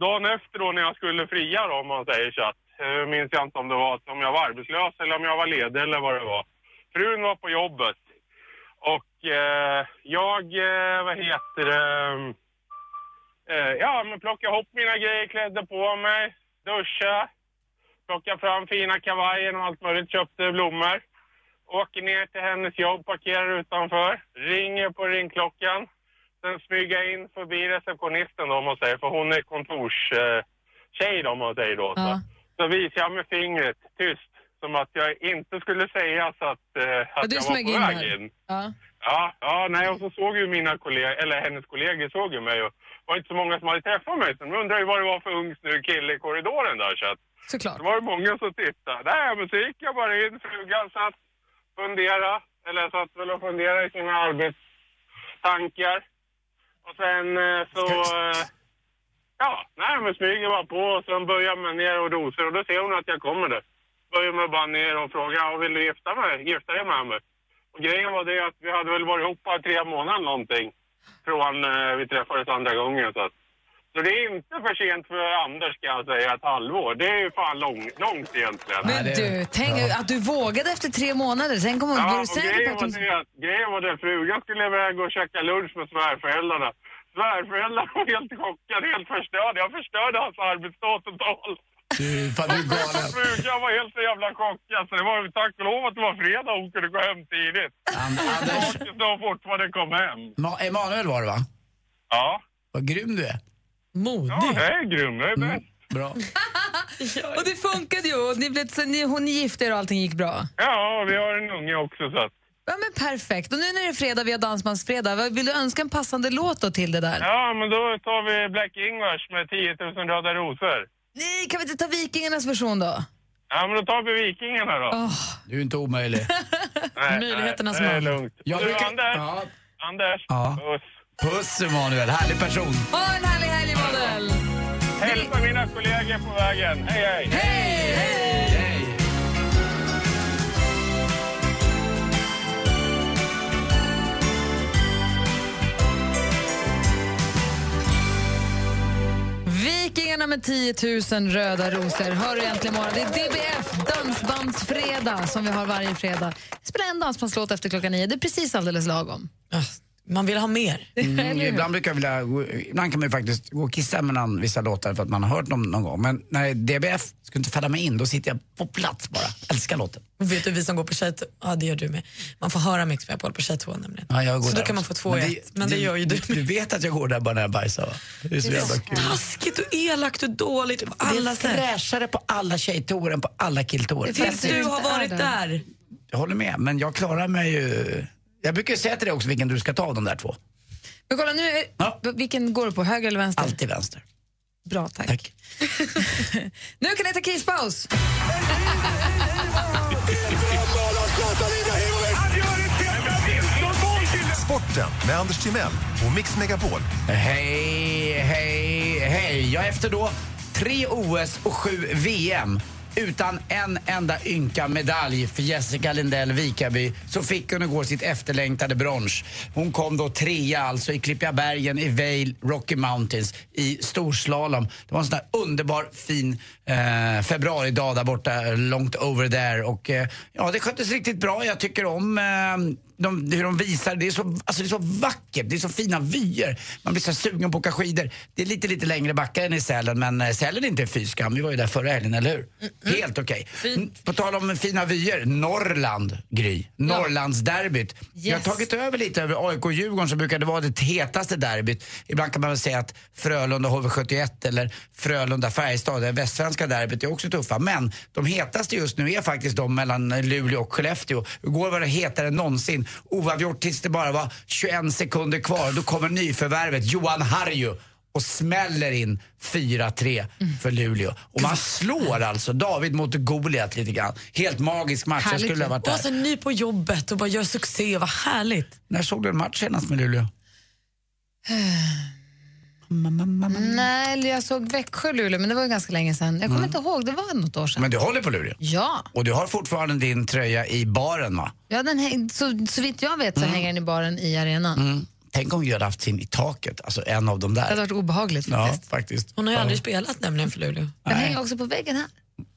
dagen efter då när jag skulle fria då om man säger så att, eh, minns jag inte om det var om jag var arbetslös eller om jag var ledig eller vad det var. Frun var på jobbet och eh, jag, eh, vad heter det, eh, ja men plockade ihop mina grejer, klädde på mig, duscha, plockade fram fina kavajen och allt möjligt, köpte blommor. Åker ner till hennes jobb, parkerar utanför, ringer på ringklockan. Sen smyger jag in förbi receptionisten då, om man säger, för hon är kontorstjej då, om man säger då. Så, så visar jag med fingret, tyst, som att jag inte skulle säga så att, eh, att du jag smög in var på väg där. in. Ja. Ja, ja, nej, och så såg ju mina kollegor, eller hennes kollegor såg ju mig och det var inte så många som hade träffat mig. Så de undrade ju vad det var för ung snygg kille i korridoren där. Så att Såklart. det var ju många som tittade. Nej, men så gick jag bara in, frugan satt, fundera, eller satt väl och funderade i sina arbetstankar. Och sen eh, så, eh, ja, nej men smyger bara på och sen börjar man ner och doser och då ser hon att jag kommer där. Börjar man bara ner och frågar, ja, vill du gifta, mig? gifta dig med mig? Och grejen var det att vi hade väl varit ihop bara tre månader någonting från eh, vi träffades andra gången. Så, att, så det är inte för sent för Anders ska jag säga, ett halvår. Det är ju fan lång, långt egentligen. Men du, tänk att du vågade efter tre månader. Tänk om hon... Ja, blir du och säker på att grejen var hon... det att grejen var det, frugan skulle iväg och käka lunch med svärföräldrarna. Svärföräldrarna var helt chockade, helt förstörda. Jag förstörde hans arbetsdag totalt. Du, fan du är galen. Frugan var helt så jävla chockad så det var ju tack och lov att det var fredag och hon kunde gå hem tidigt. Anders. Hon var fortfarande kom hem. Ma- Emanuel var det va? Ja. Vad grym du är. Mm. Modig. Ja, jag är grym. Jag är bäst. Bra. Och det funkade ju. Och ni, blev, så ni, hon ni gifte er och allting gick bra. Ja, vi har en unge också så att... Ja, men perfekt. Och nu när det är fredag, vi har dansbandsfredag, vad- vill du önska en passande låt då till det där? Ja, men då tar vi Black Ingvars med 10 000 röda rosor. Nej, kan vi inte ta Vikingarnas version då? Ja, men då tar vi Vikingarna då. Åh. Du är inte omöjlig. Nej, Möjligheternas nej, det är man. lugnt. Jag du, brukar- Anders! Anders! Ja. Puss! Puss Emanuel, härlig person. Ha en härlig helg, Emanuel! Hälsa mina kollegor på vägen. Hej, hej! Hej! Vikingarna med 10 000 röda rosor. Hör du egentligen morgon? Det är DBF, Dansbandsfredag, som vi har varje fredag. Spela en dansbandslåt efter klockan nio. Det är precis alldeles lagom. Man vill ha mer. Mm, ibland, brukar jag vilja, gå- ibland kan man ju faktiskt gå och kissa mellan vissa låtar för att man har hört dem någon gång. Men när det är DBF, skulle inte falla mig in, då sitter jag på plats bara. Älskar låten. Vet du, vi som går på tjejtoa, ja det gör du med. Man får höra Mix Megapol på tjejtoan nämligen. Ja, jag går så då där kan man få också. två i ett. Men det gör ju du. Du vet att jag går där bara när jag bajsar va? Det är så jävla kul. Taskigt och elakt och dåligt på alla det är sätt. fräschare på alla tjejtorer än på alla killtorer. Tills du har varit där. Jag håller med, men jag klarar mig ju... Jag brukar ju säga till dig också vilken du ska ta av de där två. Men kolla nu, är, vilken går du på? Höger eller vänster? Alltid vänster. Bra, tack. nu kan ni ta kisspaus! Sporten med Anders Timell och Mix Megapol. Hej, hej, hej. Jag efter då tre OS och sju VM utan en enda ynka medalj för Jessica Lindell Vikaby så fick hon igår sitt efterlängtade brons. Hon kom då trea alltså i Klippiabergen i Vail Rocky Mountains i storslalom. Det var en sån där underbar fin eh, februaridag där borta långt over there och eh, ja det sköttes riktigt bra. Jag tycker om eh, de, hur de visar, det är, så, alltså det är så vackert, det är så fina vyer. Man blir så här sugen på att åka skidor. Det är lite, lite längre backar än i Sälen, men eh, Sälen är inte fy skam. Vi var ju där förra helgen, eller hur? Helt okej. Mm, På tal om fina vyer, Norrland, Gry. Norrlandsderbyt. Jag har Yes. tagit över lite över AIK och Djurgården som brukade vara det hetaste derbyt. Ibland kan man väl säga att Frölunda HV71 eller Frölunda-Färjestad, det västsvenska derbyt, är också tuffa. Men de hetaste just nu är faktiskt de mellan Luleå och Skellefteå. Igår var det hetare än någonsin. Oavgjort tills det bara var 21 sekunder kvar. Då kommer nyförvärvet Johan Harju och smäller in 4-3 för Luleå. Och man slår alltså David mot Goliat lite grann. Helt magisk match. Jag skulle ha varit Och alltså där. ny på jobbet och bara gör succé, vad härligt. När såg du en match senast med Luleå? Nej, eller jag såg Växjö-Luleå, men det var ju ganska länge sedan. Jag kommer Mm. inte ihåg, det var något år sedan. Men du håller på Luleå? Ah. Ja, Och du har fortfarande din tröja i baren va? ja den häng, så, så vitt jag vet så Mm. hänger den i baren i arenan. Tänk om vi hade haft sin i taket, alltså en av de där. Det hade varit obehagligt Ja, faktiskt. faktiskt. Hon har ju Ja. aldrig spelat nämligen för Luleå. Den hänger också på väggen här.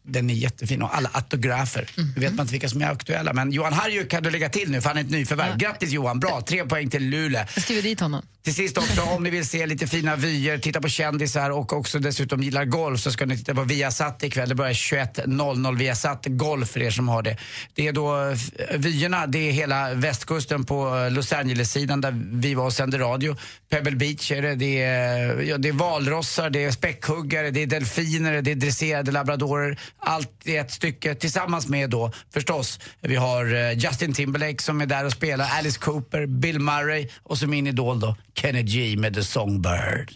Den är jättefin och alla autografer. Mm. Nu vet man inte vilka som är aktuella men Johan Harju kan du lägga till nu för han är ett nyförvärv. Grattis Johan, bra. Tre poäng till Luleå. Jag skriver dit honom. Till sist också, om ni vill se lite fina vyer, titta på kändisar och också dessutom gillar golf så ska ni titta på Viasat ikväll. Det börjar 21.00 Viasat Golf för er som har det. Det är då eh, vyerna, det är hela västkusten på eh, Los Angeles-sidan där vi var och sände radio. Pebble Beach är det, det är, ja, det är valrossar, det är späckhuggare, det är delfiner, det är dresserade labradorer. Allt i ett stycke tillsammans med då förstås, vi har eh, Justin Timberlake som är där och spelar, Alice Cooper, Bill Murray och så min idol då, Kenny G med The Songbird.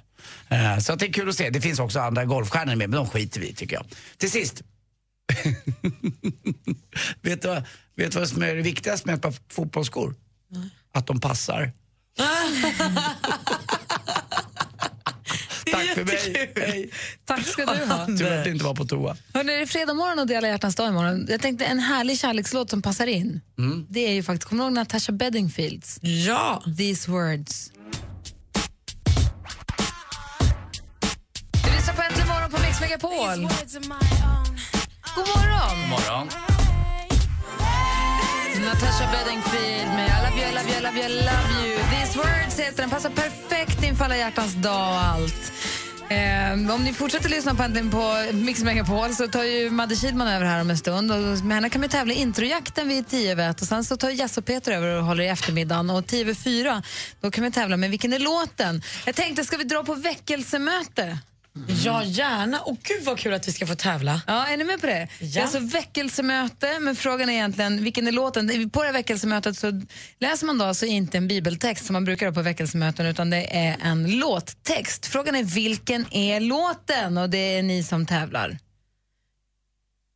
Eh, Så att det är kul att se. Det finns också andra golfstjärnor med, men de skiter vi i, tycker jag. Till sist. vet, du, vad- vet du vad som är det viktigaste med ett par fotbollsskor? Att de passar. Ah. Tack för mig. Hej. Tack ska du ha. Tur att det inte var på toa. Hörrni, det är fredag morgon och det är alla hjärtans dag imorgon. Jag tänkte en härlig kärlekslåt som passar in. Mm. Det är ju faktiskt, kommer du ihåg Natasha Bedingfields? Ja! These words. Du lyssnar på Äntligen morgon på Mix Megapol. God morgon! morgon. Natasha Bedingfield med I love you, I love you, I love you, I love you. These words heter den. Passar perfekt inför alla hjärtans dag och allt. Eh, om ni fortsätter lyssna på Äntligen på Mix Megapol så tar ju Madde Kihlman över här om en stund. Och med henne kan vi tävla i introjakten vid 10 över ett. och Sen så tar Jess och Peter över och håller i eftermiddagen. Och 10 över 4, då kan vi tävla med Vilken är låten? Jag tänkte, ska vi dra på väckelsemöte? Ja, gärna. Och gud vad kul att vi ska få tävla. Mm. Ja, är ni med på det? Det är alltså väckelsemöte, men frågan är egentligen vilken är låten? På det här väckelsemötet så läser man då alltså inte en bibeltext som man brukar ha på väckelsemöten utan det är en låttext. Frågan är vilken är låten? Och det är ni som tävlar.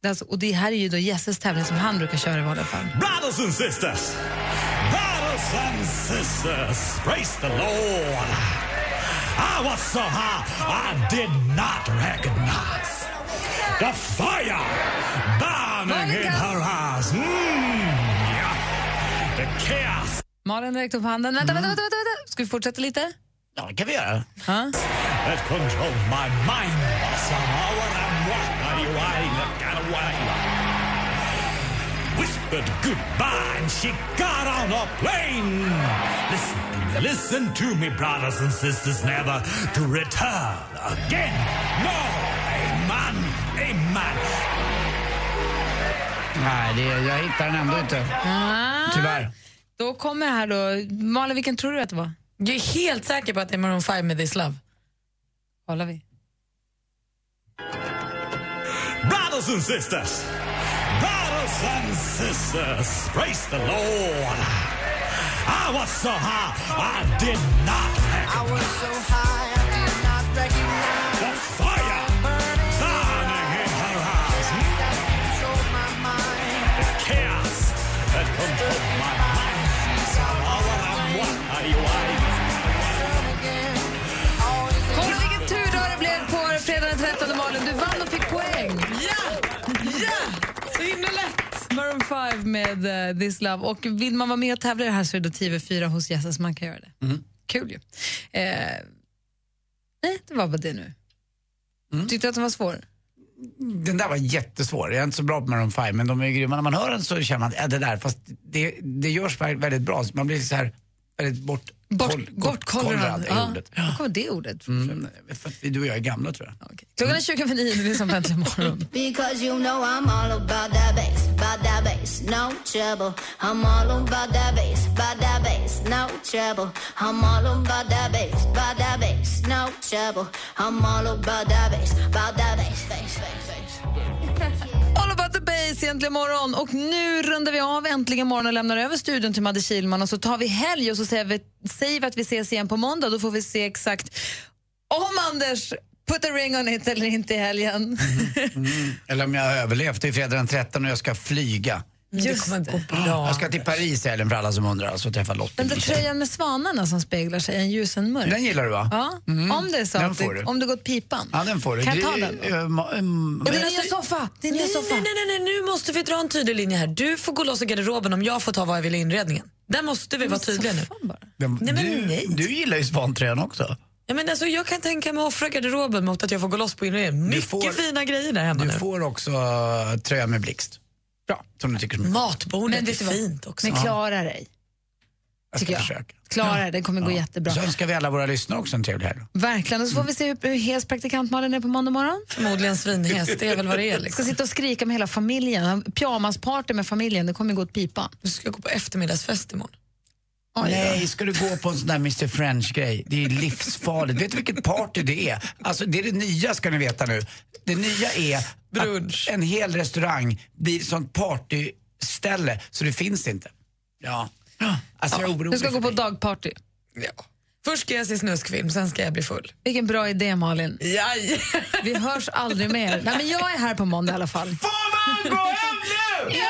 Det är alltså, och det här är ju då Jesses tävling som han brukar köra i vanliga fall. Brothers and sisters, brothers and sisters, praise the Lord. I was so high, I did not recognize the fire burning in her eyes. Mm, yeah. The chaos. Malin räckte upp handen. Vänta, Mm. vänta, vänta, vänta, vänta. Ska vi fortsätta lite? Ja, det kan vi göra. uh, Ja. That controlled my mind. Somehow, what I'm what are you? I look at a while. Whisper whispered goodbye and she got on a plane. Listen to me, listen to me, brothers and sisters, never to return again. No, amen, amen. Nej, det, jag hittar den ändå inte. Ah, Tyvärr. Då kommer här då. Malin, vilken tror du att det var? Jag är helt säker på att det är Maroon 5 med This Love. Kollar vi. Brothers and sisters, brothers and sisters, praise the Lord. I was so high, I did not recognize. I was so high, I did not recognize. The fire burning in her eyes. That controlled my mind. The chaos that controlled my mind. All that I'm, what are you, I Kolla vilken tur då det blev på fredagen den 13 Malin. Du vann och fick poäng. Ja! Ja! Så himla lätt. Maroon 5 med eh, This Love. Och vill man vara med och tävla i det här så är det då TV4 hos Jessas man kan göra det. Mm. Kul ju. Eh, nej, det var bara det nu. Tyckte du att den var svår? Mm. Den där var jättesvår. Jag är inte så bra på Maroon 5, men de är ju grymma. När man hör den så känner man, ja det där, fast det, det görs vä- väldigt bra. Så Man blir så här väldigt bort... Bort- koll- bortkollrad. är Ja. ordet. Var kommer det ordet? Mm, för att vi- du och jag är gamla tror jag. Klockan är 20 över nio, det är som Äntligen morgon. Because you know I'm all about that bass, about that bass, no trouble. I'm all about that bass, about that bass, no trouble. I'm all about that bass, about that bass, no trouble. I'm all about that bass, about that bass, bass, bass, bass. All about the bass egentligen morgon. Och nu rundar vi av äntligen morgon och lämnar över studion till Madde Kilman och så tar vi helg och så säger vi, säger vi att vi ses igen på måndag. Då får vi se exakt om Anders put a ring on it eller inte i helgen. Mm. Eller om jag har överlevt, det är fredag den 13 och jag ska flyga. Just Mm. det. Jag ska till Paris i helgen för alla som undrar, och så träffa Lottie. Den där tröjan med svanarna som speglar sig, en ljus en mörk. Den gillar du va? Mm. Ja, om det är så Den att det- får du. om det gått pipan. Ja, den får du. Kan jag ta Det- den? eh, ma- ehm, Och det är en ny soffa! Det är en ny Nej, soffa. nej, nej, nej, nu måste vi dra en tydlig linje här. Du får gå loss i garderoben om jag får ta vad jag vill i inredningen. Där måste vi vara tydliga nu. men Nej, men du, nej. du gillar ju svantröjan också. Ja, men alltså, jag kan tänka mig att offra garderoben mot att jag får gå loss på inredningen. Du Mycket får- fina grejer där hemma Du nu. får också eh, tröja med blixt. Bra. Som du tycker så mycket om. Matbordet är fint också. Men klara dig. Jag ska Tycker jag. försöka. Klara, det kommer gå jättebra. Så önskar vi alla våra lyssnare också en trevlig helg. Verkligen. Och så får vi se hur, hur hes praktikant Malin är på måndag morgon. Förmodligen svinhäst, det är väl vad det är. Liksom. Ska sitta och skrika med hela familjen. Pyjamasparty med familjen, det kommer gå åt pipan. Du ska gå på eftermiddagsfest imorgon. Oj, Nej, ska du gå på en sån där Mr French-grej? Det är livsfarligt. Vet du vilket party det är? Alltså det är det nya ska ni veta nu. Det nya är att en hel restaurang blir ett sånt partyställe så det finns inte. Ja. Alltså jag är orolig Du ska för gå på dig. dagparty. Först ska jag se snuskfilm, sen ska jag bli full. Vilken bra idé Malin. Jaj. Vi hörs aldrig mer. Nej, men jag är här på måndag i alla fall. Får man gå hem nu? Ja,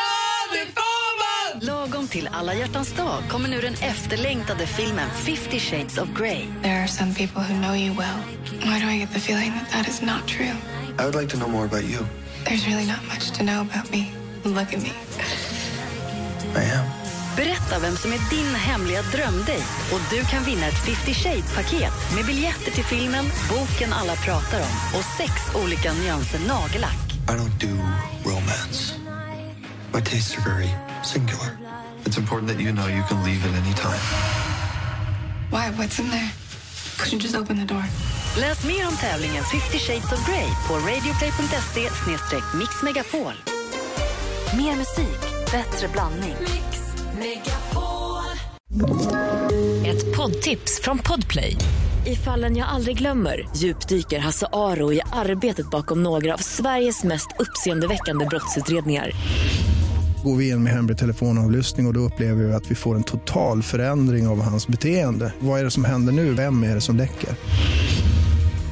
det får man! Lagom till alla hjärtans dag kommer nu den efterlängtade filmen 50 shades of Grey. There are some people who know you well. Why do I get the feeling that that is not true? I would like to know more about you. There's really not much to know about me. Look at me. Berätta vem som är din hemliga drömdejt och du kan vinna ett 50 Shades-paket med biljetter till filmen, boken alla pratar om och sex olika nyanser nagellack. I don't do romance. My tastes are very singular. It's important that you know you can leave at any time. Why? What's in there? Could you just open the door? Läs mer om tävlingen 50 Shades of Grey på radioplay.se mixmegapol. Mer musik, bättre blandning. Ett poddtips från Podplay. I fallen jag aldrig glömmer djupdyker Hasse Aro i arbetet bakom några av Sveriges mest uppseendeväckande brottsutredningar. Går vi in med hemlig telefonavlyssning och, och då upplever vi att vi får en total förändring av hans beteende. Vad är det som händer nu? Vem är det som läcker?